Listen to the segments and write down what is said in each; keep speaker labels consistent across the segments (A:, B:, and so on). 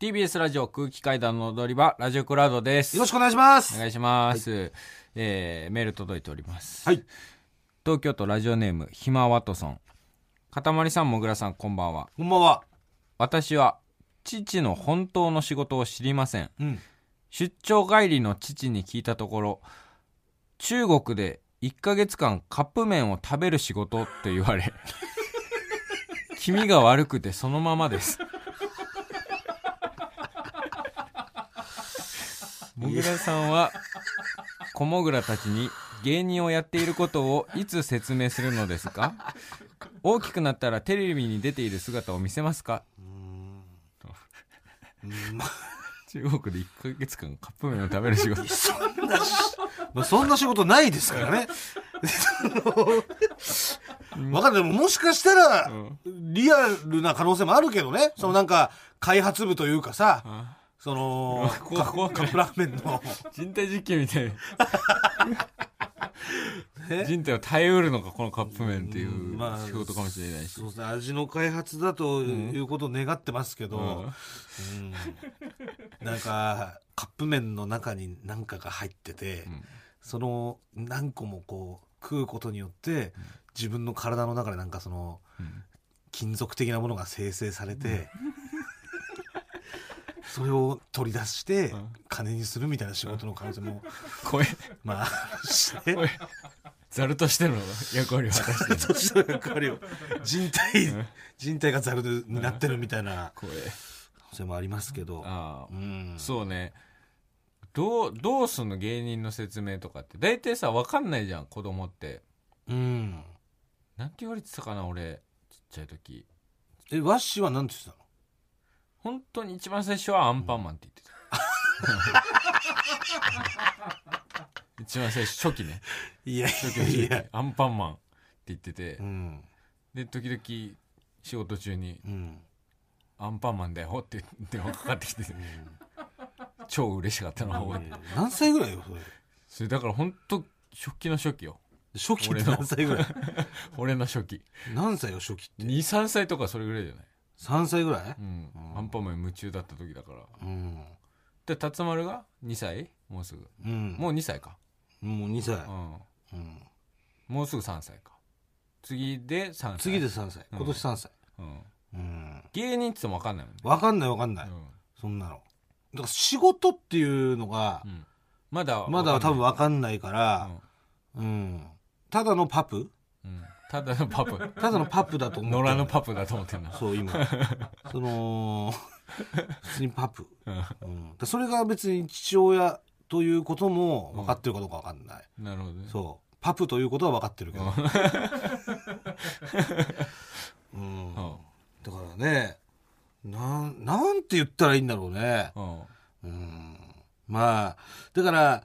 A: TBS ラジオ空気階段の踊り場、ラジオクラウドです。
B: よろしくお願いしま
A: お
B: す。
A: 願いします。えーメール届いております。
B: はい。
A: 東京都ラジオネーム、ひまワトソン。かたまりさん、もぐらさん、こんばんは。
B: こんばんは。
A: 私は、父の本当の仕事を知りません。
B: うん。
A: 出張帰りの父に聞いたところ中国で1ヶ月間カップ麺を食べる仕事って言われ 気味が悪くてそのままですもぐらさんは小もぐらたちに芸人をやっていることをいつ説明するのですか大きくなったらテレビに出ている姿を見せますか中国で1ヶ月間カップ麺を食べる仕事
B: そんなし、まあ、そんな仕事ないですからね。そのわかんない。でももしかしたら、リアルな可能性もあるけどね。そのなんか、開発部というかさ、その、
A: 怖い怖い
B: カップラーメンの、
A: 人体実験み たい
B: ね
A: な人体を耐えうるのかこのカップ麺っていう
B: まあ
A: 仕事かもしれないし、
B: そうですね、味の開発だということを願ってますけど、うんなんか、カップ麺の中に何かが入ってて、その何個もこう食うことによって自分の体の中でなんかその金属的なものが生成されて、それを取り出して
A: ん
B: 金にするみたいな仕事の可能性 も、
A: 声
B: まあして
A: 声ざるとしての役割を果たしてる
B: 年の役割を人体人体がザルになってるみたいな
A: 声
B: 可能性もありますけど、
A: ああ
B: うん、
A: そうねどうどうすんの芸人の説明とかって大体さ分かんないじゃん子供って
B: うん、
A: なんて言われてたかな俺ちっちゃい時
B: えワッシーは何て言ってたの
A: 本当に一番最初はアンパンマンって言って た、一番最初初期ね
B: いやい
A: 時
B: やいや
A: 々、アンパンマンって言ってて、
B: うん
A: で時々仕事中に
B: うん
A: 「アンパンマンだよ」って電話かかってきて 超嬉しかったのを
B: う
A: 覚えてる
B: ん、何歳ぐらいよそれ
A: それだから本当初期の初期よ
B: 初期って何 歳ぐらい
A: 俺の初期
B: 何歳よ初期って
A: 23歳とかそれぐらいじゃない、
B: 3歳ぐらい
A: うん
B: うん
A: アンパンマンに夢中だった時だから
B: うん、
A: で辰丸が2歳もうすぐ
B: うん、
A: も
B: も
A: う2歳か、
B: う2歳、
A: うん、
B: うん、
A: もうすぐ3歳か次で3歳
B: 次で、3歳
A: うん
B: 今年3歳、
A: うん、
B: うん、
A: 芸人っつっても分かんないもんね、
B: 分かんない分かんない、
A: うん
B: そんなのだから仕事っていうのが
A: うん、まだ
B: まだ多分
A: わ
B: 分かんないか
A: からんない、
B: うん、ただのパプ
A: うんうん、ただのパプ
B: ただのパプだと思って
A: 野良のパプだと思ってんな。
B: そ う今その普通にパプ、
A: う
B: うん、だからそれが別に父親ということも分かってるかどうか分かんない、
A: んなるほどね。
B: そう。パプということは分かってるけど。うん。だからね、なん、なんて言ったらいいんだろうね。
A: うん。
B: うん。まあ、だから、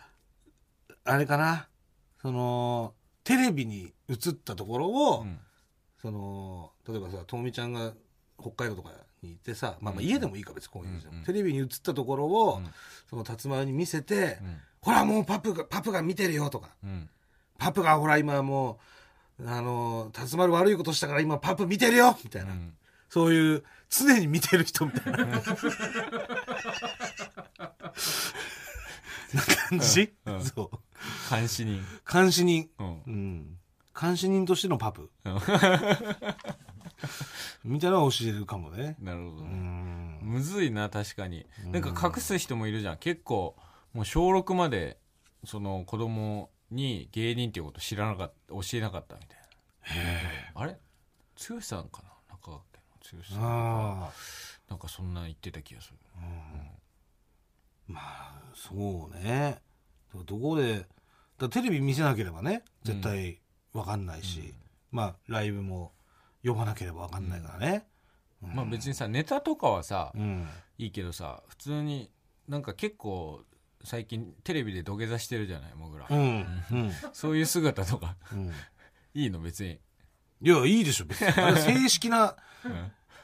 B: あれかな。その、テレビに映ったところを、
A: うん。
B: その、例えばさ、ともみちゃんが北海道とかに行ってさ、まあまあ
A: うん
B: 家でもいいか別にこういうのでも、
A: うん
B: テレビに映ったところを、
A: うん
B: その達馬に見せて、
A: うん
B: ほらもうパプが、パプが見てるよとか、
A: うん。
B: パプがほら今もう、あの、辰丸悪いことしたから今パプ見てるよみたいな、
A: うん
B: そういう常に見てる人み たいな。な感じ、
A: うんうん
B: そう。
A: 監視人。
B: 監視人。
A: うん
B: う。ん。監視人としてのパプ
A: うん。
B: みたいなのを教えるかもね。
A: なるほど
B: う
A: ね。
B: ん。
A: むずいな、確かに。
B: うん
A: なんか隠す人もいるじゃん。結構、もう小6まで、その子供に芸人っていうこと知らなかった、教えなかったみたいな。あれ剛さんかな中川家の剛さん。
B: ああ。
A: なんかそんな言ってた気がする。
B: まあそうねどこでだテレビ見せなければね絶対分かんないし、まあライブも呼ばなければ分かんないからね、うん
A: まあ別にさ、ネタとかはさ、
B: うん
A: いいけどさ、普通に、なんか結構、最近テレビで土下座してるじゃない、もぐら
B: う。んうん、
A: そういう姿とか、
B: うん、
A: いいの別に。
B: いやいいでしょ別にあれ正式な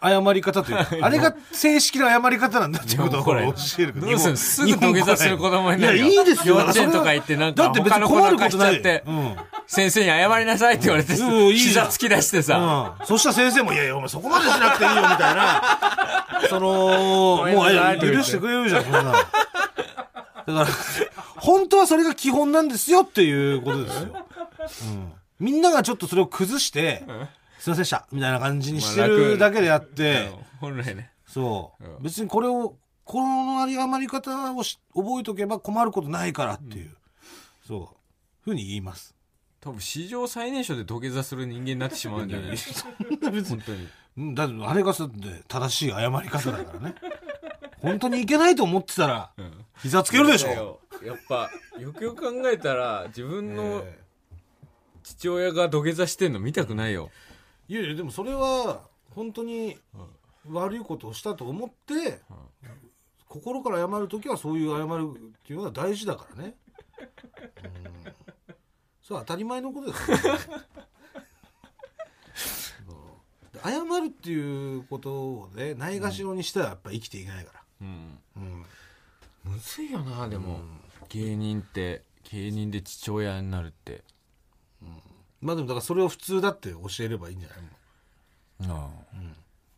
B: 謝り方というかあれが正式な謝り方なんだっていうこと
A: 日
B: を
A: 本
B: 教
A: 古来
B: える
A: どうするすぐ土下座する子供になるよ
B: いやいいですよ
A: 幼稚園とか行ってなんか
B: だって別
A: 他
B: に
A: の子
B: 困る
A: と
B: こ
A: か
B: と
A: しち
B: な
A: ゃ
B: い
A: って
B: うん
A: 先生に謝りなさいって言われて
B: うんうんいいじゃん
A: 膝つき出してさ
B: うん、そしたら先生も「いやいやお前そこまでしなくていいよ」みたい なそのもう
A: ごめんなさい
B: いや
A: とか言って
B: 許してくれるじゃんそんなのだから本当はそれが基本なんですよっていうことですよ、うん、みんながちょっとそれを崩して「すいませんでした」みたいな感じにしてるだけであって
A: うん本来ね
B: そううん別にこれをこの謝り方をし覚えとけば困ることないからっていう、そうふうに言います
A: 多分史上最年少で土下座する人間になってしまうんじゃない本当に
B: うんだってあれがさって正しい謝り方だからね 本当にいけないと思ってたら
A: うん
B: 膝つけるでしょ、
A: やっぱよくよく考えたら自分の
B: え
A: 父親が土下座してんの見たくないよ
B: えいやいやでもそれは本当に悪いことをしたと思って、心から謝る時はそういう謝るっていうのは大事だからね、うんそう当たり前のことですよ、そう謝るっていうことをねないがしろにしてはやっぱ生きていけないから、
A: うん
B: うん
A: むずいよなでも、
B: うん
A: 芸人って芸人で父親になるって
B: まあでもだからそれを普通だって教えればいいんじゃない
A: ああ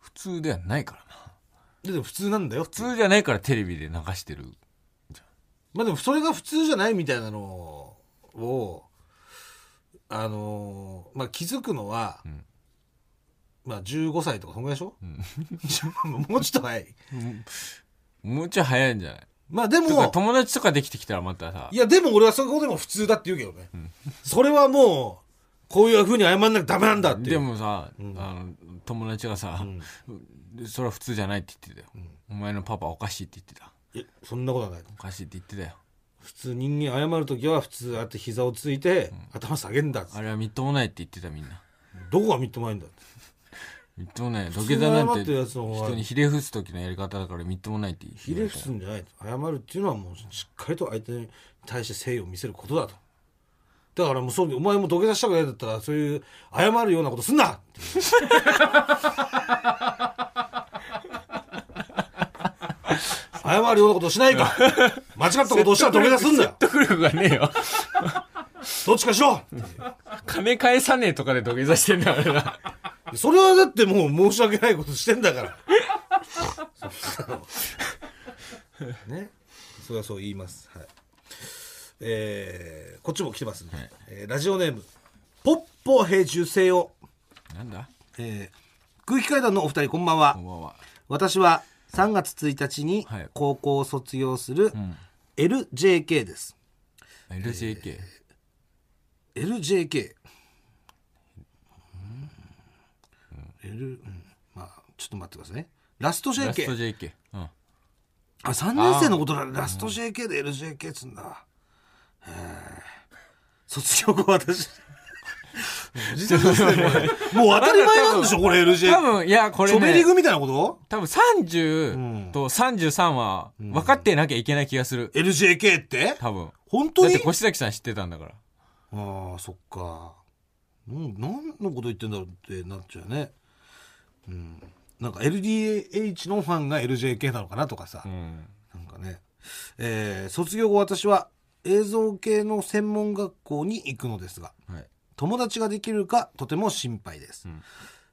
A: 普通ではないからな
B: ででも普通なんだよ普
A: 普通じゃないからテレビで流してる
B: まあでもそれが普通じゃないみたいなのをあのーまあ気づくのは、
A: ん
B: まあ15歳とかそんぐらいでしょ、 もうちょっと早い
A: もうちょい早いんじゃない
B: まあで
A: とか
B: も
A: 友達とかできてきたらまたさ
B: いやでも俺はそこでも普通だって言うけどね、それはもうこういうふうに謝んなきゃダメなんだっていう
A: でもさ、
B: ん
A: あの友達がさ、それは普通じゃないって言ってたよ、お前のパパおかしいって言ってた
B: いやそんなことはない
A: おかしいって言ってたよ
B: 普通人間謝る時は普通ああやって膝をついて、頭下げんだっつって
A: あれはみっともないって言ってたみんな
B: どこがみっともないんだって
A: みっともない土下
B: 普通に
A: 座なん
B: 謝ってる
A: て
B: やつの方が
A: 人にひれ伏す時のやり方だからみっともないって言
B: ひ
A: っ
B: れ
A: て
B: 伏すんじゃないと謝るっていうのはもうしっかりと相手に対して誠意を見せることだとだからもうそうお前も土下座したくないだったらそういう謝るようなことすんなっていう謝るようなことしないか間違ったことをしたら土下座すんだよ
A: 得力がねえ よ
B: どっちかしろ
A: 金返さねえとかで土下座してんだからな
B: それはだってもう申し訳ないことしてん だからねそれはそう言いますはいえーこっちも来てますね、えーラジオネームポッポヘ受精を、
A: なんだ
B: えー空気階段のお二人こんばんは
A: こんばんは
B: 私は3月1日に
A: はい
B: 高校を卒業する LJK です、
A: LJK、
B: LJK うん L うんまあちょっと待ってくださいねラスト
A: ラスト
B: JK
A: JK、うん、
B: あ三3年生のことだラスト JK で LJK っつうんだ、へえ卒業後 私自殺ですねこ れもう当たり前なんでしょこれ LJK
A: 多分いやこ
B: チョ
A: れ
B: ベ
A: ね
B: リグみたいなこと
A: 多分
B: ん
A: 30と33は分かってなきゃいけない気がする
B: LJK って
A: 多分
B: 本
A: だ
B: 当
A: っ
B: に
A: て越崎さん知ってたんだから
B: ああそっかなん何のこと言ってんだろうってなっちゃうねうんなんか LDH のファンが LJK なのかなとかさ、
A: うん
B: なんかねえー卒業後私は映像系の専門学校に行くのですが
A: はい
B: 友達ができるかとても心配です、
A: ん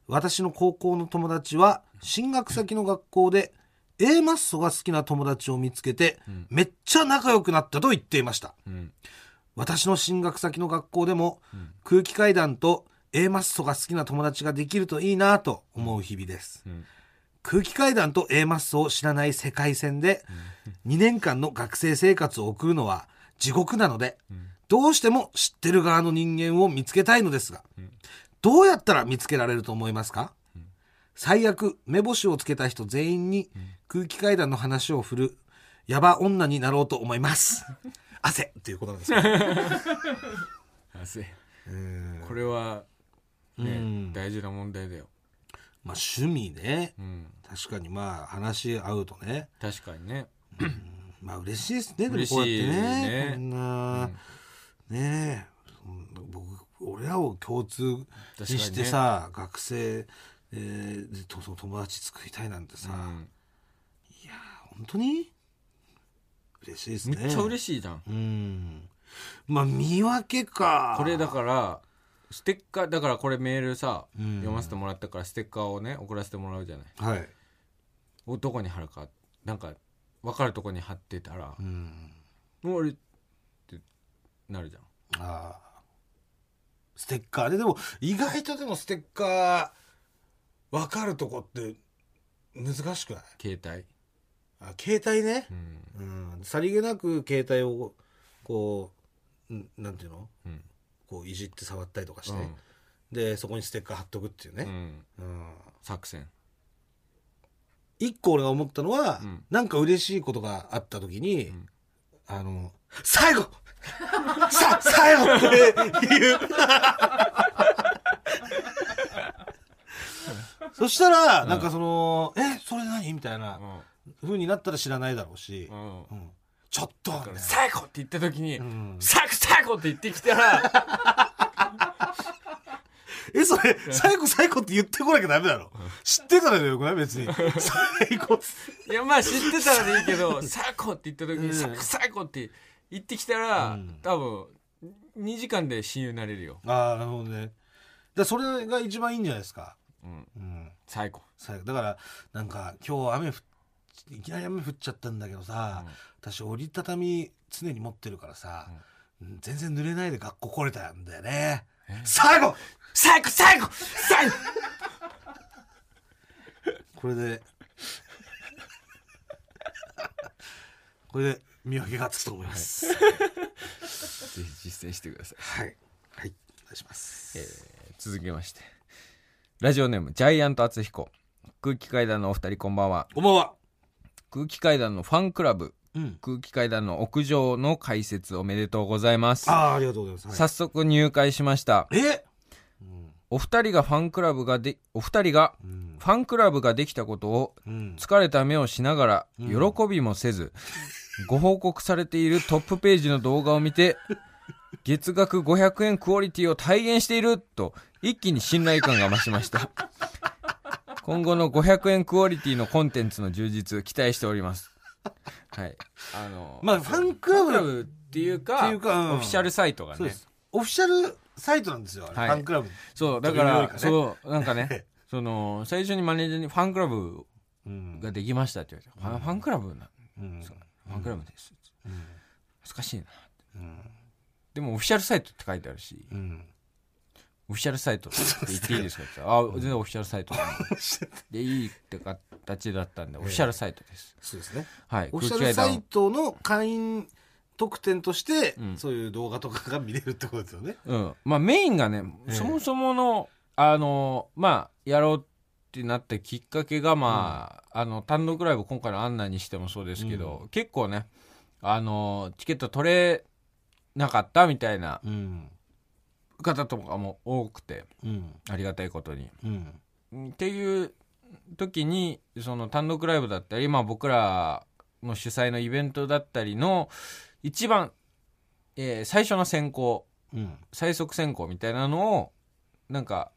B: 私の高校の友達は進学先の学校で A マッソが好きな友達を見つけて、
A: ん
B: めっちゃ仲良くなったと言っていました
A: うん
B: 私の進学先の学校でも、空気階段と A マッソが好きな友達ができるといいなと思う日々です、
A: うん
B: 空気階段と A マッソを知らない世界線で2年間の学生生活を送るのは地獄なので、どうしても知ってる側の人間を見つけたいのですが、どうやったら見つけられると思いますか、最悪目星をつけた人全員に空気階段の話を振るヤバ女になろうと思います。 汗っていうことなんですよ。
A: 安い
B: うん
A: これはね、
B: うん
A: 大事な問題だよ
B: まあ趣味ね
A: うん
B: 確かにまあ話し合うとね
A: 確かにね
B: まあ嬉しいですねでも
A: 嬉しい
B: こうやってね
A: ね
B: こんな、ねえそん僕俺らを共通にしてさ、学生えー、とその友達作りたいなんてさ、
A: うん
B: いやー本当に嬉しいですね
A: めっちゃ嬉
B: しい
A: しいじゃん
B: うんまあ見分けか
A: これだからステッカーだからこれメールさ
B: うん
A: 読ませてもらったからステッカーをね送らせてもらうじゃない
B: はい、
A: おどこに貼るかなんか分かるとこに貼ってたら
B: うん、
A: 「もう俺」ってなるじゃん
B: あーステッカーででも意外とでもステッカー分かるとこって難しくない
A: 携帯
B: あ携帯ね、
A: うん
B: うん、さりげなく携帯をこうんなんていうの
A: うん
B: こういじって触ったりとかして、
A: うん
B: でそこにステッカー貼っとくっていう
A: う
B: ね、
A: ん
B: うん
A: 作戦
B: 一個俺が思ったのは、
A: うん
B: なんか嬉しいことがあった時に、
A: ん
B: あの最後 さ最後って いうそしたら、なんかその「えそれ何?」みたいな
A: うん
B: 風になったら知らないだろうし
A: う、ん
B: うんちょっとみたいな
A: 最後って言った時に
B: ん
A: 「最後最後!」って言ってきたら
B: え、それ、最後最後って言ってこなきゃダメだろ。知ってたらよくない別 に。最後。
A: いやまあ知ってたらでいいけど「最後!」って言った時に「最後最後!」って言ってきたら
B: うん
A: 多分2時間で親友になれるよ
B: ああ、なるほどね。だそれが一番いいんじゃないですか。
A: うん
B: うん。
A: 最後
B: 最後だから、なんか、今日雨降っいきなり雨降っちゃったんだけどさ、私折りたたみ常に持ってるからさ、うん全然濡れないで学校来れたんだよね。最後
A: 最後最後最後
B: これ で、これで見分けがつくと思います。
A: ぜひ実践してください、
B: はい。はい。お願いします。
A: 続きましてラジオネームジャイアント厚彦空気階段のお二人こんばんは
B: こんばんは。
A: 空気階段のファンクラブ
B: うん。
A: 空気階段の屋上の開設おめでとうございます、
B: ああ、ありがとうございます。
A: 早速入会しました
B: え、
A: お二人がファンクラブがでお二人が
B: うん
A: ファンクラブができたことを
B: うん
A: 疲れた目をしながら
B: うん
A: 喜びもせず、ご報告されているトップページの動画を見て月額500円クオリティを体現していると一気に信頼感が増しました今後の500円クオリティのコンテンツの充実期待しておりますはいあの
B: まあファンクラブ
A: ファっていうか
B: っていうかうん
A: オフィシャルサイトが
B: そう
A: ね
B: です。オフィシャルサイトなんですよ、あれ
A: はい
B: ファンクラブ。
A: そうだから
B: どういうよりかね
A: そうなんかねその最初にマネージャーにファンクラブ
B: うん
A: ができましたって言われて、ファンファンクラブな
B: うん
A: ファンクラブです、恥ずかしいな
B: うん
A: でもオフィシャルサイトって書いてあるし
B: うん
A: オフィシャルサイトって言っていいですかって言ったらあ全然オフィシャルサイトなんででいいって形だったんでオフィシャルサイトです、
B: そうですね。
A: はい
B: オフィシャルサイ
A: ト
B: トの会員特典として
A: う、ん
B: そういう動画とかが見れるってことですよね。
A: うんまあメインがね、
B: ええ
A: そもそものあのまあやろうってなったきっかけがまあ、あの単独ライブ今回のアンナにしてもそうですけど、結構ねあのチケット取れなかったみたいな
B: うん。
A: 方とかも多くて
B: うん。
A: ありがたいことに
B: うん。
A: っていう時にその単独ライブだったり、まあ、僕らの主催のイベントだったりの一番、えー最初の選考
B: うん。
A: 最速選考みたいなのをなんか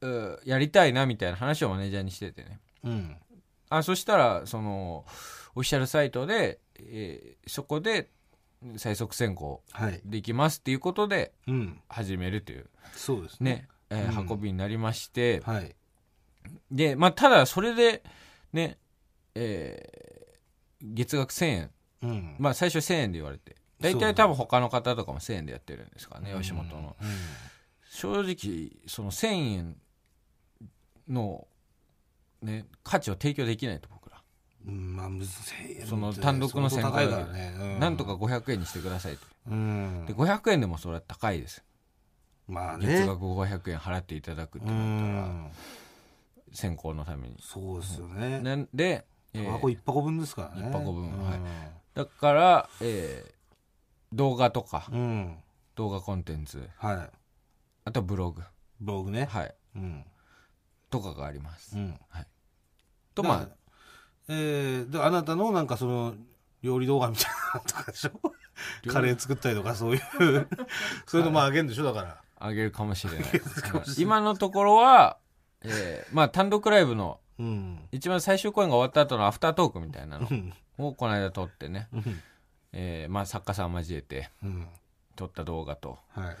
A: うーやりたいなみたいな話をマネージャーにしててね
B: うん。
A: あそしたらそのオフィシャルサイトで、えーそこで最速選考
B: はい。
A: できますっていうことで
B: うん。
A: 始めるという
B: そうですね。
A: ね、えー
B: うん
A: 運びになりまして、
B: はい。
A: で、まあ、ただそれで、ね、えー月額1000円、
B: うん。
A: まあ、最初1000円で言われて、大体多分他の方とかも1000円でやってるんですからね、吉本の。
B: うん。
A: 正直、その1000円の、ね、価値を提供できないと、僕ら。
B: うん。まあ、むず千円って
A: その単独の選考
B: 相当高いからね。う
A: なんとか。500円にしてくださいと。
B: うん
A: で、。500円でもそれは高いです。
B: まあね。
A: 月額500円払っていただくって
B: う
A: なったら、
B: ん
A: 選考のために。
B: そうですよね。
A: なんで、え
B: タ
A: ー
B: バコ一箱分ですからね。
A: 一箱分
B: うん
A: はいだから、えー動画とか、
B: うん。
A: 動画コンテンツ、
B: はい。
A: あとはブログ、
B: ブログね。
A: はい、
B: うん。
A: とかがあります。
B: うん。
A: と、まあ、
B: えー、で、あなたのなんかその、料理動画みたいなのとかでしょカレー作ったりとか そういう、そういうのもあげんでしょだから。
A: あげるかもしれない。
B: かもしれない
A: 今のところは、えーまあ単独ライブの
B: うん
A: 一番最終公演が終わった後のアフタートークみたいなの
B: うん
A: をこの間撮ってね、
B: うん
A: えーまあ作家さん交えて
B: うん
A: 撮った動画と、
B: はい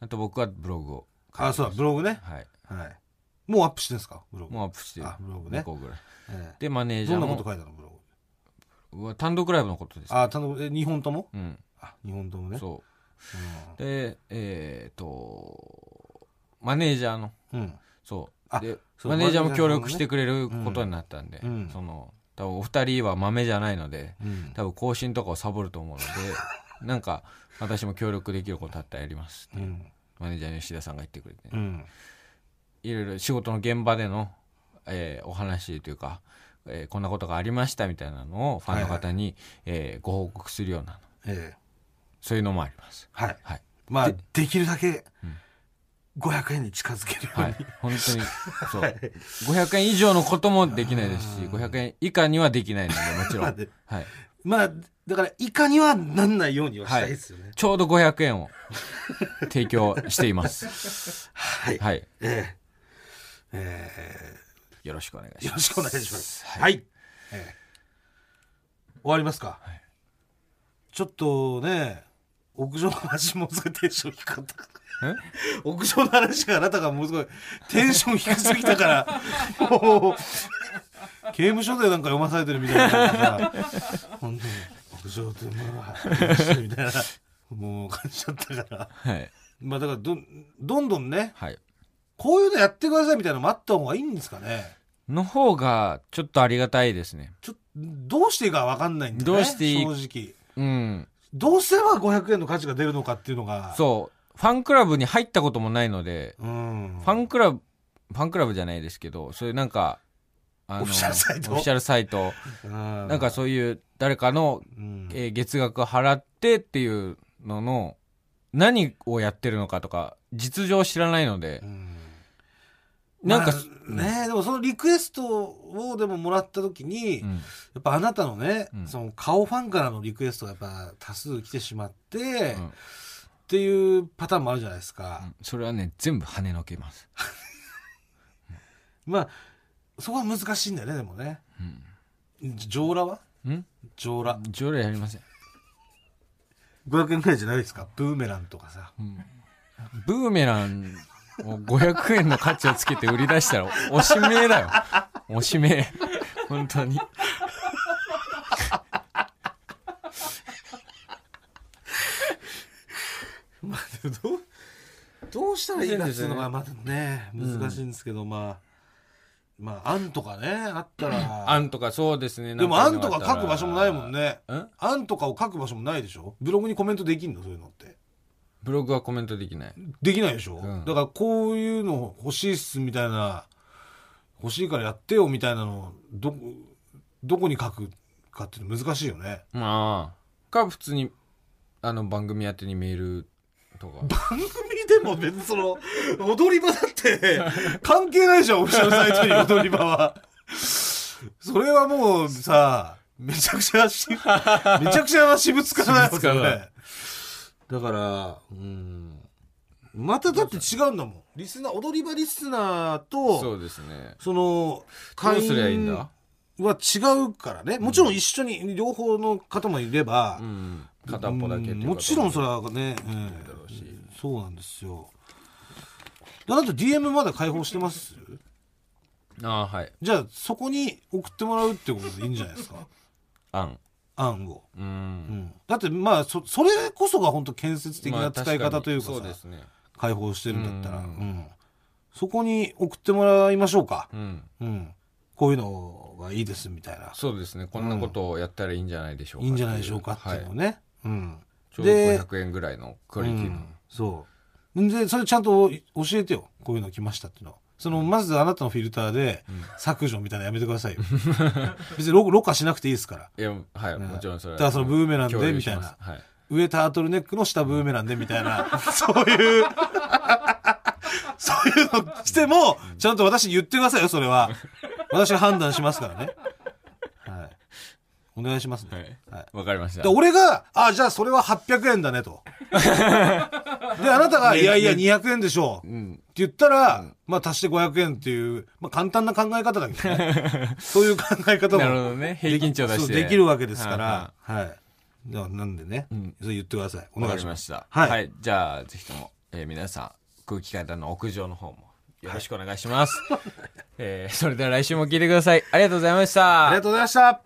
A: あと僕はブログを書いて
B: あ
A: ます
B: そうだブログね
A: はい。
B: はいもうアップしてんですかブログ
A: もうアップしてる
B: あブログね
A: 2個ぐらい。
B: ええ
A: で、マネージャ
B: ど
A: ー
B: んなこと
A: も
B: 書いたのブログ
A: うわ単独ライブのことです。
B: あ頼むえ日本とも
A: うん。
B: あ日本ともね
A: そうう。で、えっと、マネージャーの、
B: んうん
A: そう。
B: あ
A: で、
B: そう
A: マネージャーも協力
B: マネ
A: し
B: ージャーのね
A: てくれることになったんで
B: うんうん、
A: その、多分お二人は豆じゃないので、
B: うん
A: 多分更新とかをサボると思 うので、なんか、私も協力できることあったらやりますっ
B: う
A: て、
B: ん
A: マネージャーの吉田さんが言ってくれて、
B: うん
A: いろいろ仕事の現場での、えーお話というか、えーこんなことがありましたみたいなのをファンの方に、えーご報告するような
B: ええ
A: そういうのもあります。
B: はい
A: はい
B: まあ
A: で
B: できるだけ
A: うん
B: 500円に近づけるよう
A: は
B: に
A: い、本当にそう、500円以上のこともできないですし
B: うん
A: 500円以下にはできないのでもちろん、
B: ま
A: は
B: あ
A: い、
B: ねまあだからいかにはなんないようにはしたいですよね
A: ちょうど500円を提供しています。
B: はい
A: はい、
B: えええ
A: よろしくお願いします
B: え。よろしくお願いします
A: はい
B: はい、ええ終わりますか、
A: はい
B: ちょっとね屋上の話もうすごいテンション低かったから
A: え
B: 屋上の話があなたがもうすごいテンション低すぎ たからもう刑務所でなんか読まされてるみたいな感じでさ本当に屋上というものはみたいなもう感じだったから
A: はい、
B: まあだからどんどんどんね
A: はい、
B: こういうのやってくださいみたいなのもあった方がいいんですかね
A: の方がちょっとありがたいですね。
B: ちょっとどうしていいか分かんないんだよね
A: どうしていい
B: 正直
A: うん、
B: どうすれば500円の価値が出るのかっていうのが
A: そうファンクラブに入ったこともないので、
B: う、ん、
A: ファンクラブ、ファンクラブじゃないですけど、そういうなんか、あ
B: オフィシャルサイト
A: オフィシャルサイト
B: うん
A: なんかそういう誰かの、
B: うん
A: えー月額払ってっていうのの、何をやってるのかとか、実情知らないので
B: う、ん
A: なんか、
B: まあねでもそのリクエストをでももらった時に、
A: うん、
B: やっぱあなたのね、
A: うん
B: その顔ファンからのリクエストがやっぱ多数来てしまって、
A: う
B: っ
A: ん
B: ていうパターンもあるじゃないです
A: う
B: か、
A: んそれはね、全部跳ねのけます。
B: まあそこは難しいんだよねでもね上裸は
A: うん。ん
B: 上裸
A: 条例やりません。
B: 500円くらいじゃないですかブーメランとかさ
A: うんブーメランを500円の価値をつけて売り出したら、おしめだよ。おしめ。本当に。
B: まあでもどうどうしたらいいかっていうのがまたね
A: うん
B: 難しいんですけど、まあまあ案とかねあったら
A: あんとかそうですね。
B: でも
A: な
B: 案
A: ん
B: と
A: いうの
B: か
A: があっ
B: 書
A: たら
B: く場所もないもん。ね
A: ん
B: 案とかを書く場所もないでしょブログにコメントできんのそういうのって
A: ブログはコメントできない。
B: できないでし
A: う
B: ょ、
A: ん
B: だからこういうの欲しいっすみたいな欲しいからやってよみたいなのどこどこに書くかっていうの難しいよね
A: まあ。か、普通に、あの、番組宛てにメールとか。
B: 番組でも別にその踊り場だ って関係ないじゃんオフィシャルサイトに踊り場はそれはもうさめちゃくち ゃしめちゃくちゃ私物化な
A: 私物化
B: すか
A: だ
B: ねだからうんまただって違うんだもんリスナー踊り場リスナーと
A: そうですね。
B: その
A: どうすりゃいいんだ
B: は違うからねもちろん一緒に両方の方もいれば、
A: うん。片っぽだけっていううん方
B: もちろんそれ
A: は。
B: はね、え
A: だろう
B: え
A: し
B: そうなんですよだって DM まだ開放してます
A: ああ、はい。
B: じゃあそこに送ってもらうってことでいいんじゃないです か
A: あん。
B: 案を、
A: う。
B: うんん、だってまあそそれこそが本当建設的
A: ま
B: な
A: あ
B: 使い方というかさ、
A: 確にそうですね。
B: 開放してるんだった
A: う
B: ら、う
A: んん
B: そこに送ってもらいましょうか、
A: うん。
B: うん、こういうのがいいですみたいな
A: そうですね。こんなことをやったらいいんじゃないでしょうか。
B: いいんじゃないでしょうかって
A: はい
B: いうのをね、うん
A: ちょうど
B: で
A: 500円ぐらいのクオリティ
B: う
A: の
B: ん。そう。んで、それちゃんと教えてよ。こういうの来ましたっていうのは。その、まずあなたのフィルターで削除みたいなのやめてくださいよ。 別にろ過しなくていいですから。
A: いや、はい、
B: ね
A: もちろんそれは。
B: だからそのブーメランで
A: 共有し
B: みたいな
A: ますはい。
B: 上タートルネックの下ブーメランでみたいな、 そういう、そういうのしても、ちゃんと私に言ってくださいよ、それは。私が判断しますからね。はい。お願いしますね。
A: はい
B: はい
A: わかりました
B: で。俺が、あ、じゃあそれは800円だねと。であなたが「
A: ね
B: いやいや200円でしょう」
A: うん
B: って言ったら、
A: うん
B: まあ足して500円っていう、まあ簡単な考え方だけどね。 そういう考え方も。
A: なるほどね平均値を出して
B: そうできるわけですから。はい。じゃあなんでね、
A: うん
B: それ言ってください。お
A: わか
B: 願い
A: り
B: し
A: ま
B: ます。
A: した
B: はい
A: じゃあぜひとも、えー皆さん空気階段の屋上の方もよ ろしくお願いします、えーそれでは来週も聞いてくださいありがとうございました
B: ありがとうございました。